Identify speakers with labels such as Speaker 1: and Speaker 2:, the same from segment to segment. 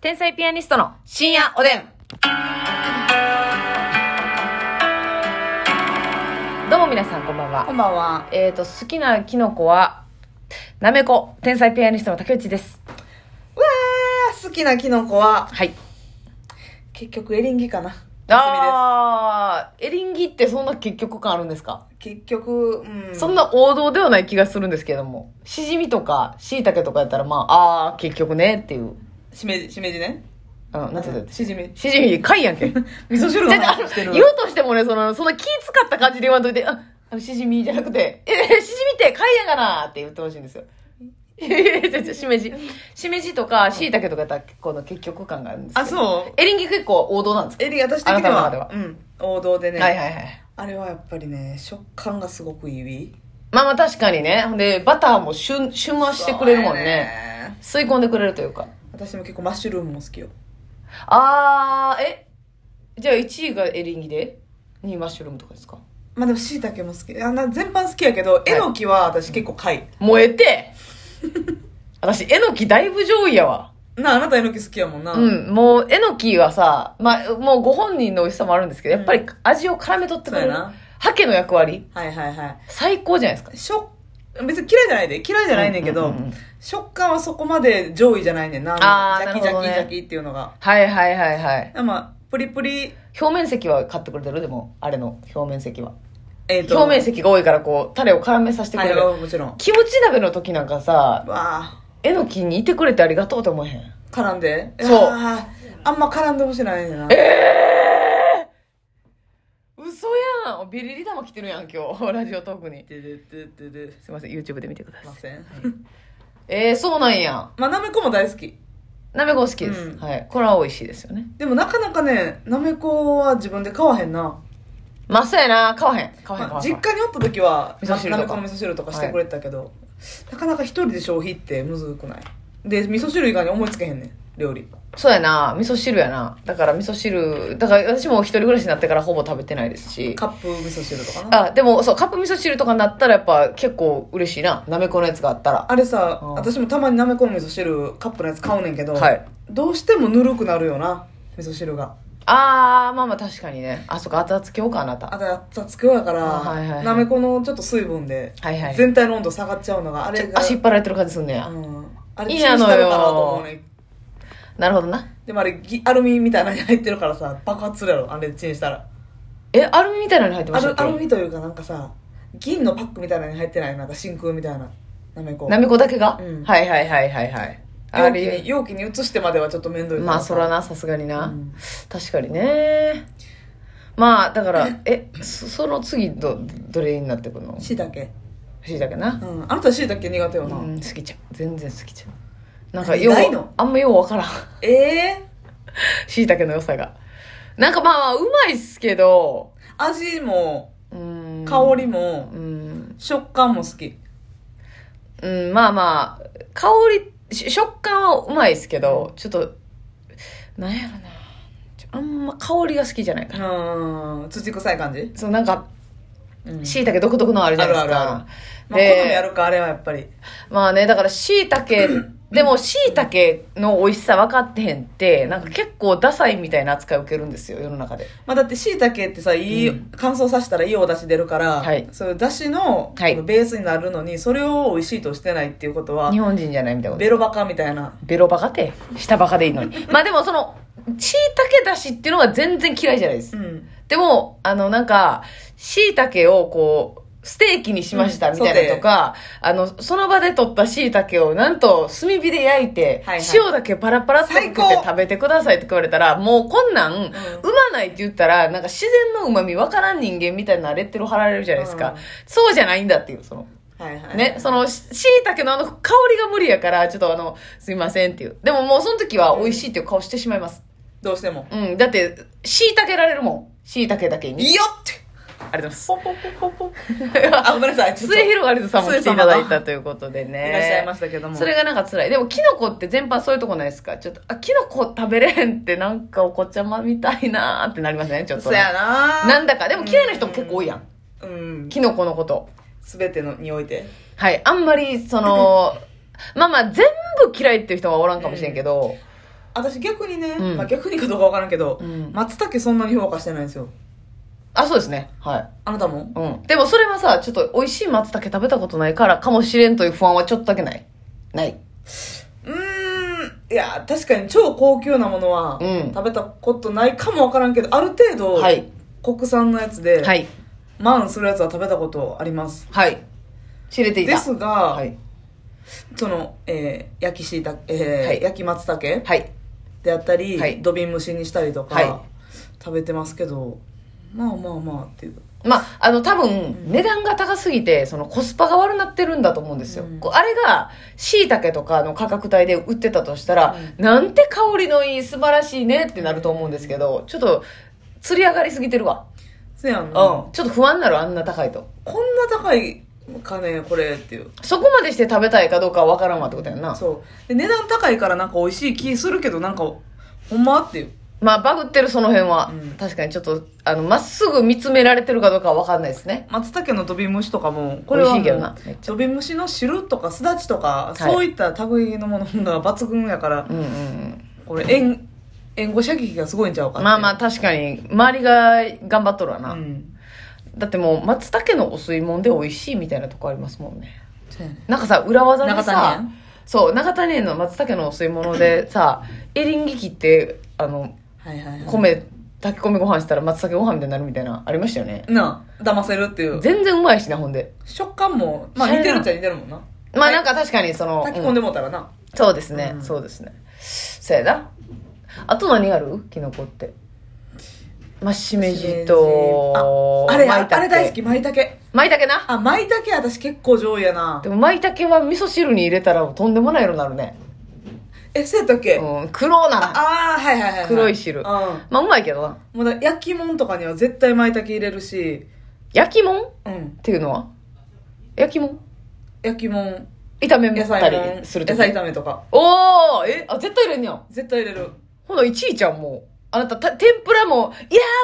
Speaker 1: 天才ピアニストの
Speaker 2: 深夜おでん。
Speaker 1: どうも皆さんこんばん
Speaker 2: こ
Speaker 1: は
Speaker 2: んばんは。
Speaker 1: えっ、ー、と好きなキノコはなめこ天才ピアニストの竹内です
Speaker 2: うわー、好きなキノコは、
Speaker 1: はい
Speaker 2: 結局エリンギかな。
Speaker 1: あーエリンギってそんな結局感あるんですか、
Speaker 2: 結局、うん。
Speaker 1: そんな王道ではない気がするんですけどもしじみとかしいたけとかやったらまああー結局ねっていう
Speaker 2: しめじ、しめじね。
Speaker 1: うん、なんて言うんだっけ
Speaker 2: しじ み。
Speaker 1: しじみ貝やんけ。味
Speaker 2: 味噌汁の話してる
Speaker 1: 言うとしてもね、その、そんな気使った感じで言わんといて、あ、あの、しじみじゃなくて、え、しじみって貝やがなって言ってほしいん ですよ。いやいやいやいやしめじ。しめじとか、しいたけとかやったらこの結局感があるんですけ
Speaker 2: あ、
Speaker 1: ど。
Speaker 2: そう。
Speaker 1: エリンギ結構王道なんですか、
Speaker 2: エリンギ、私的に
Speaker 1: あな
Speaker 2: は
Speaker 1: たの中
Speaker 2: うん。王道でね、
Speaker 1: はいはいはい。
Speaker 2: あれはやっぱりね、食感がすごくいい。
Speaker 1: まあまあ確かにね。ほんで、バターも旬、旬はしてくれるもん
Speaker 2: そうや
Speaker 1: ね。吸い込んでくれるというか。
Speaker 2: 私も結構マッシュルームも好きよ。
Speaker 1: あー、えじゃあ1位がエリンギで ?2 位マッシュルームとかですか
Speaker 2: まあでも椎茸も好き。あな全般好きやけど、えのきは私結構貝。
Speaker 1: 燃え て私、えのきだいぶ上位やわ。
Speaker 2: なあ、あなたえのき好きやもんな。
Speaker 1: うん。もう、えのきはさ、まあ、もうご本人の美味しさもあるんですけど、やっぱり味を絡めとってくれ
Speaker 2: そう
Speaker 1: る。
Speaker 2: やな
Speaker 1: ハケの役割、
Speaker 2: はいはいはい。
Speaker 1: 最高じゃないですか。
Speaker 2: しょ別に嫌いじゃないで嫌いじゃないねんけど、
Speaker 1: うんうんうんうん
Speaker 2: 食感はそこまで上位じゃないねんな
Speaker 1: あー
Speaker 2: ジャ
Speaker 1: なる
Speaker 2: キ
Speaker 1: ほ
Speaker 2: ジャ
Speaker 1: ど
Speaker 2: キ
Speaker 1: ね
Speaker 2: ジャキっていうのが
Speaker 1: はいはいはいはい。
Speaker 2: まあプリプリ
Speaker 1: 表面積は買ってくれてるでも、あれの表面積は。
Speaker 2: えっ、と
Speaker 1: 表面積が多いから、こう、タレを絡めさせてく
Speaker 2: あ
Speaker 1: れ
Speaker 2: れ
Speaker 1: る。
Speaker 2: はもちろんわ
Speaker 1: キムチ鍋の時なんかさ、
Speaker 2: あ
Speaker 1: えのきにいてくれてありがとうって思えへん。
Speaker 2: 絡んで
Speaker 1: そう
Speaker 2: あーあんま絡んでほしないねんな
Speaker 1: 嘘やんビリリ玉来てるやん、今日。ラジオトークに。
Speaker 2: ででででです
Speaker 1: いません、YouTube で見てくだ
Speaker 2: い
Speaker 1: さい
Speaker 2: ま。せん
Speaker 1: えー、そうなんや。
Speaker 2: まあなめこも大好き
Speaker 1: なめこ好きです、
Speaker 2: うん
Speaker 1: はい。これは美味しいですよね。
Speaker 2: でもなかなかねなめこは自分で買わへんな、
Speaker 1: まあ、そうやな。買わへん。買わへん。買
Speaker 2: まあ、
Speaker 1: わへ
Speaker 2: 実
Speaker 1: ん。
Speaker 2: 家におった時は
Speaker 1: 味噌汁とか
Speaker 2: なめこの味噌汁とかしてくれてたけど、なかなか一人で消費ってむずくないで味噌汁以外に思いつけへんねん料理
Speaker 1: そうやな。味噌汁やな。だから味噌汁、だから私も一人暮らしになってからほぼ食べてないですし。
Speaker 2: カップ味噌汁とかなあ
Speaker 1: あ、でもそう、カップ味噌汁とかになったらやっぱ結構嬉しいな。なめこのやつがあったら。
Speaker 2: れさ、
Speaker 1: うん
Speaker 2: 私もたまになめこの味噌汁カップのやつ買うねんけど、
Speaker 1: はい
Speaker 2: どうしてもぬるくなるよな味噌汁が
Speaker 1: あー、まあまあ確かにね。あ、そっか、熱々今日か、あな
Speaker 2: あ
Speaker 1: た。
Speaker 2: と雑くやから、
Speaker 1: あはいはいはい
Speaker 2: なめこのちょっと水分で、
Speaker 1: はいはい
Speaker 2: 全体の温度下がっちゃうのがあ
Speaker 1: ちょ
Speaker 2: れが
Speaker 1: 足引っ張られてる感じすんねや。
Speaker 2: うん、あれ注
Speaker 1: い
Speaker 2: 意
Speaker 1: い
Speaker 2: し
Speaker 1: な
Speaker 2: たの
Speaker 1: のよ
Speaker 2: かなと思うねん
Speaker 1: なるほどな。
Speaker 2: でもあれぎアルミみたいなのに入ってるからさ爆発するやろあれチンしたら
Speaker 1: え、アルミみたいなのに入ってま
Speaker 2: ア
Speaker 1: したっ
Speaker 2: ルアル
Speaker 1: け
Speaker 2: ミというかなんかさ銀のパックみたいなのに入ってないなんか真空みたいななめこ
Speaker 1: なめこだけが、
Speaker 2: うん
Speaker 1: はいはいはいはいはい。あ
Speaker 2: 容器に
Speaker 1: れ、
Speaker 2: 容器に移してまではちょっと面倒いから
Speaker 1: まあそらな、さすがにな。確かにねまあだからえそその次どどれになってくるの
Speaker 2: しいたけ
Speaker 1: しいたけな、
Speaker 2: うん、あなたしいたけ苦手よ
Speaker 1: う
Speaker 2: な、
Speaker 1: ん、好きちゃう全然好きちゃうなんか
Speaker 2: 何
Speaker 1: よ
Speaker 2: ないうの
Speaker 1: あんまようわからん
Speaker 2: ええ
Speaker 1: しいたけの良さがなんかまあまあうまいっすけど
Speaker 2: 味も
Speaker 1: うん
Speaker 2: 香りも、
Speaker 1: うん、
Speaker 2: 食感も好き
Speaker 1: うん、まあまあ香りし食感はうまいっすけどちょっとなんやろなちょあんま香りが好きじゃないかな、
Speaker 2: うん土臭い感じ、
Speaker 1: そうなんか
Speaker 2: うん
Speaker 1: しいたけ独特のあるじゃないですか
Speaker 2: あるあるまあ、好みやるかあれはやっぱり
Speaker 1: まあね、だから椎茸、でも椎茸の美味しさ分かってへんって、なんか結構ダサいみたいな扱いを受けるんですよ、世の中で。
Speaker 2: まあだってしいたけってさいい、
Speaker 1: うん
Speaker 2: 乾燥させたらいいお出汁出るから、
Speaker 1: はい
Speaker 2: そういう出汁の,、
Speaker 1: はい
Speaker 2: ベースになるのにそれを美味しいとしてないっていうことは
Speaker 1: 日本人じゃないみたいなこと。
Speaker 2: ベロバカみたいな
Speaker 1: ベロバカて、下バカでいいのに。まあでもその、椎茸だしっていうのは全然嫌いじゃないです
Speaker 2: う。ん
Speaker 1: でも、あのなんか、椎茸をこう、ステーキにしましたみたいなとか、あの、その場で取った椎茸をなんと炭火で焼いて、
Speaker 2: はいはい
Speaker 1: 塩だけパラパラっとかけて
Speaker 2: 最高
Speaker 1: 食べてくださいって言われたら、もうこんなん、
Speaker 2: ん
Speaker 1: 産まないって言ったら、なんか自然の旨味わからん人間みたいなレッテルを貼られるじゃないですか。
Speaker 2: うん
Speaker 1: そうじゃないんだっていう、その、
Speaker 2: はいはい
Speaker 1: ね、その、し椎茸のあの香りが無理やから、ちょっとあの、すいませんっていう。でももうその時は美味しいっていう顔してしまいます。
Speaker 2: どうしても
Speaker 1: うん、だって、椎茸られるもん。椎茸だけ
Speaker 2: いい
Speaker 1: に。
Speaker 2: よって
Speaker 1: ありがとうございます。
Speaker 2: ポンポンポンポンポンあごめんなさいちょっと
Speaker 1: 末広がりずさんも来ていただいたということでね。
Speaker 2: いらっしゃいましたけども
Speaker 1: それがなんか辛い。でも、キノコって全般そういうとこないですかちょっと、あ、キノコ食べれへんってなんかお子ちゃまみたいなーってなりません、ちょっと
Speaker 2: そ
Speaker 1: ね、
Speaker 2: やな
Speaker 1: なんだか。でも嫌いな人も結構多いやん。
Speaker 2: うん
Speaker 1: キノコのこと。
Speaker 2: 全てのにおいて
Speaker 1: はい。あんまり、その、まあまあ、全部嫌いっていう人はおらんかもしれんけど、
Speaker 2: 私逆にね、
Speaker 1: うん
Speaker 2: まあ逆にかどうかわからんけど、
Speaker 1: うん
Speaker 2: 松茸そんなに評価してないんですよ。
Speaker 1: あ、そうですね。はい。
Speaker 2: あなたも
Speaker 1: うん。でもそれはさ、ちょっと美味しい松茸食べたことないからかもしれんという不安はちょっとだけない。ない。
Speaker 2: うーん、いや、確かに超高級なものは
Speaker 1: うん
Speaker 2: 食べたことないかもわからんけど、ある程度、
Speaker 1: はい
Speaker 2: 国産のやつで、
Speaker 1: はい。
Speaker 2: マンするやつは食べたことあります。
Speaker 1: はい。知れていた。
Speaker 2: ですが、
Speaker 1: はい。
Speaker 2: その、えー焼きしいた、えー
Speaker 1: はい
Speaker 2: 焼き松茸
Speaker 1: はい。
Speaker 2: であったり、
Speaker 1: はい
Speaker 2: 土瓶蒸しにしたりとか、
Speaker 1: はい
Speaker 2: 食べてますけど、まあまあまあっていう。
Speaker 1: まあ、あの、多分、値段が高すぎて、そのコスパが悪なってるんだと思うんですよ。
Speaker 2: うん
Speaker 1: こうあれが、椎茸とかの価格帯で売ってたとしたら、
Speaker 2: う
Speaker 1: なんて香りのいい、素晴らしいねってなると思うんですけど、ちょっと、釣り上がりすぎてるわ。
Speaker 2: せやん
Speaker 1: うん。
Speaker 2: な、
Speaker 1: ちょっと不安になる、あんな高いと。
Speaker 2: こんな高いかね、これっていう。
Speaker 1: そこまでして食べたいかどうかは分からんわってことやんな。
Speaker 2: そう。で、値段高いからなんか美味しい気するけど、なんか、ほんまっていう。
Speaker 1: まあ、バグってるその辺は、
Speaker 2: うん
Speaker 1: 確かにちょっと、あの、まっすぐ見つめられてるかどうかは分かんないですね。
Speaker 2: 松茸の飛び虫とかも、こ
Speaker 1: こ
Speaker 2: れ
Speaker 1: れ
Speaker 2: は
Speaker 1: 美味しいけ
Speaker 2: も
Speaker 1: どな
Speaker 2: う、。
Speaker 1: めっちゃ。
Speaker 2: 飛び虫の汁とかすだちとか、
Speaker 1: い
Speaker 2: そういった類のものが抜群やから、
Speaker 1: うんうんうん。
Speaker 2: これ、援、援護射撃がすごいんちゃうかって
Speaker 1: まあまあ、確かに、周りが頑張っとるわな。
Speaker 2: うん。
Speaker 1: だってもう松茸のお吸い物で美味しいみたいなとこありますもんね
Speaker 2: そうやね
Speaker 1: なんかさ裏技で
Speaker 2: 中谷
Speaker 1: さ
Speaker 2: 園
Speaker 1: そう中谷園の松茸のお吸い物でさエリンギ切ってあの
Speaker 2: はいはいはい。
Speaker 1: 米炊き込みご飯したら松茸ご飯みたいになるみたいなありましたよね
Speaker 2: なあ、騙せるっていう。
Speaker 1: 全然うまいしなほんで
Speaker 2: 食感も、まあ似てるっちゃ似てるもんな。
Speaker 1: まあなんか確かにその、
Speaker 2: 炊き込んでもうたらな。
Speaker 1: うんそうですね、
Speaker 2: うん
Speaker 1: そうですねそうやなあと何があるキノコってまあしめじと
Speaker 2: ああれ、
Speaker 1: 舞
Speaker 2: あ
Speaker 1: 茸
Speaker 2: あれ大好き、舞茸。
Speaker 1: 舞茸な
Speaker 2: あ、舞茸私結構上位やな
Speaker 1: で。も舞茸は味噌汁に入れたらとんでもない色になるね
Speaker 2: え、そうやったっけ
Speaker 1: うん、黒なら。
Speaker 2: ああ、はいはいはいはい。
Speaker 1: 黒い汁
Speaker 2: うん。
Speaker 1: まあ、うまいけどな。
Speaker 2: もうだ焼き物とかには絶対舞茸入れるし、
Speaker 1: 焼きもんっ
Speaker 2: うん。
Speaker 1: ていうのは焼きもん
Speaker 2: 焼き物、
Speaker 1: 炒め
Speaker 2: 野
Speaker 1: た
Speaker 2: 菜
Speaker 1: り
Speaker 2: 物、
Speaker 1: すると
Speaker 2: 野
Speaker 1: き。
Speaker 2: 菜炒めとか。
Speaker 1: おーえあ、絶対入れんねや。
Speaker 2: 絶対入れる。
Speaker 1: ほな、いちいちゃんもう。あなた、た天ぷらも、いやー、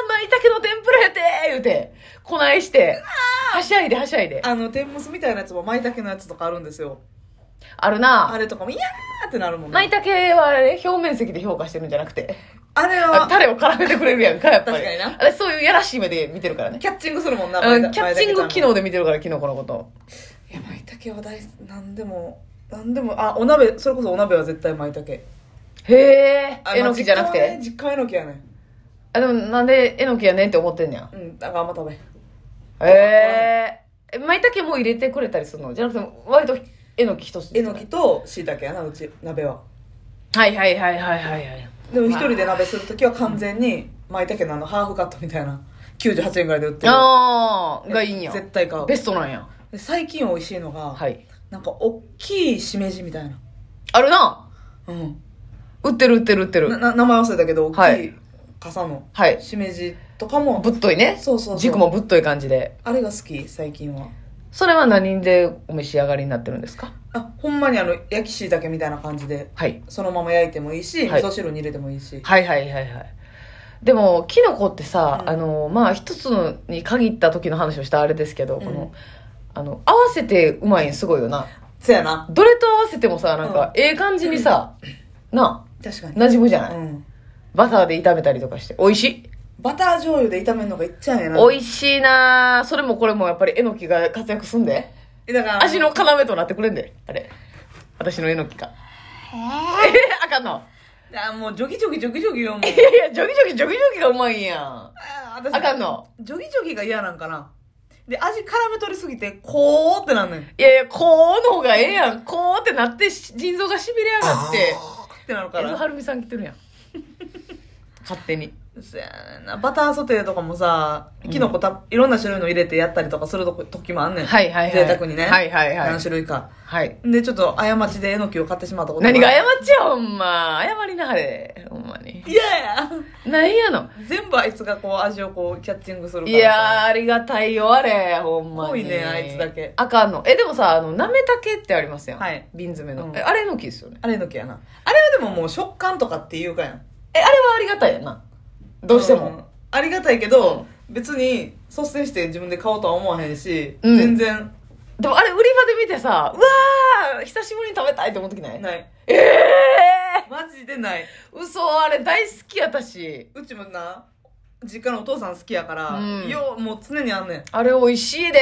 Speaker 1: 舞茸の天ぷらやてー言うて、こないして、はしゃいではしゃいで。あ
Speaker 2: あの、天むすみたいなやつも舞茸のやつとかあるんですよ。
Speaker 1: るな
Speaker 2: あれとかも、いやーってなるもんな
Speaker 1: 舞。茸はあれね、表面積で評価してるんじゃなくて、
Speaker 2: あれ
Speaker 1: あ
Speaker 2: は、
Speaker 1: タレを絡めてくれるやんか、やっぱり。
Speaker 2: 確かにな
Speaker 1: あれ、そういうやらしい目で見てるからね。
Speaker 2: キャッチングするもんな、
Speaker 1: う
Speaker 2: 舞
Speaker 1: ん
Speaker 2: 茸
Speaker 1: キャッチング
Speaker 2: 舞茸ち
Speaker 1: 機
Speaker 2: ゃんも
Speaker 1: 能で見てるから、キノコのこと。
Speaker 2: いや、舞茸は大好き、なんでも、なんでも、あ、お鍋、それこそお鍋は絶対舞茸。
Speaker 1: へ
Speaker 2: あ
Speaker 1: ーえのきじゃなく
Speaker 2: まあ実家は
Speaker 1: て
Speaker 2: ね。実家はえのきやね
Speaker 1: あ、でもなんでえのきやねんって思ってんねや。
Speaker 2: うん、だからあんま食べん。
Speaker 1: へえ。え、舞茸も入れてくれたりするのじゃなくて、割とえのき一つ。
Speaker 2: えのき。と椎茸やな、うち、鍋は。
Speaker 1: はいはいはいはいはいはい。
Speaker 2: でも一人で鍋するときは完全に、舞茸のあの、ハーフカットみたいな、98円ぐらいで売ってる。
Speaker 1: ああ、がいいんや。
Speaker 2: 絶対買う。
Speaker 1: ベストなんや。
Speaker 2: で最近美味しいのが、
Speaker 1: はい。
Speaker 2: なんか、おっきいしめじみたいな。
Speaker 1: あるな。
Speaker 2: うん。
Speaker 1: 売ってる売ってる売って
Speaker 2: な
Speaker 1: る。
Speaker 2: な名前忘れたけど、大
Speaker 1: は
Speaker 2: き
Speaker 1: い
Speaker 2: い傘の
Speaker 1: はい。
Speaker 2: しめじとかも、
Speaker 1: ぶっといね。
Speaker 2: そうそうそう
Speaker 1: 軸もぶっとい感じで。
Speaker 2: あれが好き、最近は。
Speaker 1: それは何でお召し上がりになってるんですか
Speaker 2: あ、ほんまにあの、焼き椎茸みたいな感じで、
Speaker 1: はい。
Speaker 2: そのまま焼いてもいいし、
Speaker 1: はい
Speaker 2: 味噌汁に入れてもいいし。
Speaker 1: はいはいはいはい。でも、キノコってさ、
Speaker 2: うん
Speaker 1: あの、まあ、一つに限った時の話をしたあれですけど、
Speaker 2: ん
Speaker 1: この、あの、合わせてうまいんすごいよな。
Speaker 2: そやな。
Speaker 1: どれと合わせてもさ、なんか、ええ感じにさ、な
Speaker 2: 確か
Speaker 1: あ、馴染むじゃない、
Speaker 2: に。うん。
Speaker 1: バターで炒めたりとかして。美味しい、
Speaker 2: バター醤油で炒めるのがいっちゃうんやな。
Speaker 1: 美味しいなあそれもこれもやっぱりえのきが活躍すんで。
Speaker 2: えだから、
Speaker 1: 味の要となってくれんで、あれ。私のえのきが。え あかんの。
Speaker 2: あ、もう、ジョギジョギジョギジョギよ、 もう。
Speaker 1: いやいや、ジョギジョギジョギジョギがうまいんやん。
Speaker 2: あ私
Speaker 1: あかんの。
Speaker 2: ジョギジョギが嫌なんかな。で、味絡め取りすぎて、こうってなんねん。
Speaker 1: いやいや、こうの方がええやん。こうってなってし、腎臓が痺れやがって。
Speaker 2: ってなるか
Speaker 1: えず
Speaker 2: ら。
Speaker 1: はるみさん来て るやん。勝手に。
Speaker 2: そやねんな。バターソテーとかもさ、キノコた、いろんな種類の入れてやったりとかするとこ時もあんねん。
Speaker 1: はいはいはい
Speaker 2: 贅沢にね。
Speaker 1: はいはいはい
Speaker 2: 何種類か。
Speaker 1: はい。
Speaker 2: で、ちょっと、過ちでえのきを買ってしまったこと
Speaker 1: 何が謝
Speaker 2: い
Speaker 1: っちゃうほんま。謝りなはれ。ほんまに。
Speaker 2: いやいや。
Speaker 1: なんやの。
Speaker 2: 全部あいつがこう、味をこう、キャッチングするから
Speaker 1: い
Speaker 2: さ。
Speaker 1: やー、ありがたいよ、あれ。ほんまに。
Speaker 2: 濃いねあいつだけ
Speaker 1: あかんの。え、でもさ、あの、なめたけってありますやん。
Speaker 2: はい
Speaker 1: 瓶詰めの。
Speaker 2: うん
Speaker 1: え、あれの木ですよね。
Speaker 2: あれのきやな。あれはでももう食感とかっていうかやん。
Speaker 1: え、あれはありがたいやな。どうしても。
Speaker 2: んありがたいけど、別に率先して自分で買おうとは思わへんし、
Speaker 1: うん
Speaker 2: 全然
Speaker 1: でもあれ、売り場で見てさ、うわー久しぶりに食べたいって思ってきない
Speaker 2: ない。
Speaker 1: ええ
Speaker 2: マジでない。
Speaker 1: 嘘、あれ大好きやったし。
Speaker 2: うちもな、実家のお父さん好きやから、
Speaker 1: うん
Speaker 2: よう、もう常にあんねん。
Speaker 1: あれ美味しいで。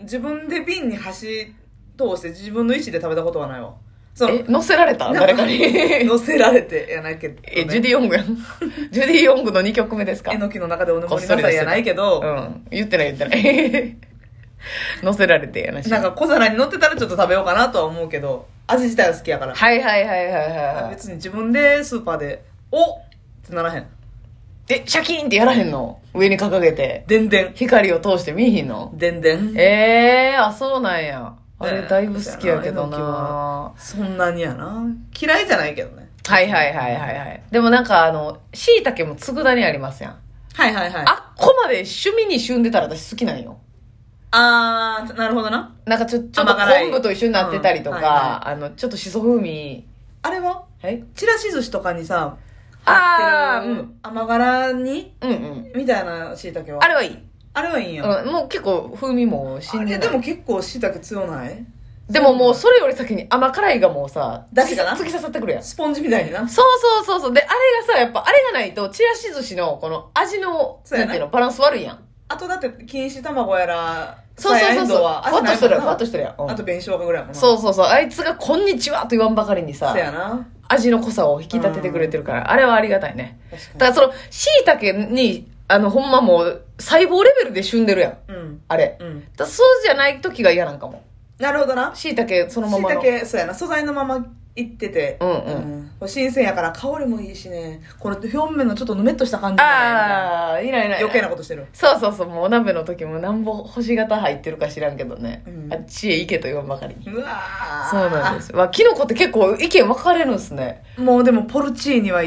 Speaker 2: 自分で瓶に箸通して自分の意思で食べたことはないわ。そ
Speaker 1: え
Speaker 2: の、、
Speaker 1: 乗せられた誰かに。え、
Speaker 2: 乗せられてやないけど、ね。
Speaker 1: ジュディ・ヨングやん。 ジュディ・ヨングの2曲目ですか
Speaker 2: えのきの中でお眠りなさいやないけど、
Speaker 1: うん。言ってない言ってない。 乗せられてやなし。
Speaker 2: なんか小皿に乗ってたらちょっと食べようかなとは思うけど、味自体は好きやから。
Speaker 1: はいはいはいはいはい。
Speaker 2: 別に自分でスーパーで、おってならへん。
Speaker 1: え、シャキーンってやらへんの上に掲げて。
Speaker 2: でんでん。
Speaker 1: 光を通して見えひんの
Speaker 2: でんでん。
Speaker 1: ええー、あ、そうなんや。あ
Speaker 2: ね
Speaker 1: れ
Speaker 2: え
Speaker 1: だいぶ好きやけど
Speaker 2: そうやなえのきは
Speaker 1: な。
Speaker 2: そんなにやな。嫌いじゃないけどね。
Speaker 1: はいはいはいはいはい。でもなんかあの、椎茸もつぐだにありますやん。
Speaker 2: はいはいはい。
Speaker 1: あっこまで趣味に旬でたら私好きなんよ。
Speaker 2: あー、なるほどな。
Speaker 1: なんかちょちょっと
Speaker 2: 甘辛い
Speaker 1: 昆布と一緒になってたりとか、
Speaker 2: うんは
Speaker 1: あの、ちょっとしそ風味。
Speaker 2: あれは
Speaker 1: はい
Speaker 2: ちらし寿司とかにさ、
Speaker 1: あー、うん。
Speaker 2: 甘辛に
Speaker 1: うんうん。
Speaker 2: みたいな椎茸は。
Speaker 1: あれはいい。
Speaker 2: あれはいいんや。
Speaker 1: うん、もう結構風味も死ん
Speaker 2: い
Speaker 1: で
Speaker 2: や
Speaker 1: な
Speaker 2: で
Speaker 1: い。で
Speaker 2: も
Speaker 1: も、
Speaker 2: 結構椎茸強ない
Speaker 1: もうそれより先に甘辛いがもうさ、
Speaker 2: 出汁かな
Speaker 1: 突き刺さってくるやん。
Speaker 2: スポンジみたいにな。
Speaker 1: そうそうそうそう。で、あれがさ、やっぱあれがないと、ちらし寿司のこの味の、
Speaker 2: そう
Speaker 1: な
Speaker 2: やなん
Speaker 1: ていうの、バランス悪いやん。
Speaker 2: あとだって、錦糸卵やら、
Speaker 1: そうそうそうそう。
Speaker 2: さ
Speaker 1: ふ
Speaker 2: やえんどうは
Speaker 1: わっとしてるやん、ふわっと
Speaker 2: し
Speaker 1: してるやん。うん
Speaker 2: あと紅生姜ぐらいやもんな。
Speaker 1: そうそうそう。あいつが、こんにちはと言わんばかりにさ
Speaker 2: せ、やな。
Speaker 1: 味の濃さを引き立ててくれてるから、あれはありがたいね。
Speaker 2: 確か
Speaker 1: だからその、椎茸に、あの、ほんまもう、細胞レベルで旬でるやん。
Speaker 2: に。うん。
Speaker 1: あれ。
Speaker 2: うん。
Speaker 1: だそうじゃない時が嫌なんかも。
Speaker 2: なるほどな。
Speaker 1: 椎茸そのま
Speaker 2: 椎
Speaker 1: まの。
Speaker 2: 茸、そうやな。素材のままいってて。
Speaker 1: うん
Speaker 2: う
Speaker 1: うん。
Speaker 2: ん。これ新鮮やから香りもいいしね。この表面のちょっとぬめっとした感じがね
Speaker 1: ああ、いないいな。
Speaker 2: みたいない余計なことしてる。
Speaker 1: そうそうそう、もうお鍋の時もなんぼ星型入ってるか知らんけどね。
Speaker 2: うん
Speaker 1: あっちへ行けと言わんばかりに。
Speaker 2: うわー
Speaker 1: そうなんです。わ、キノコって結構意見分かれるんですね。
Speaker 2: もうでもポルチーニはいい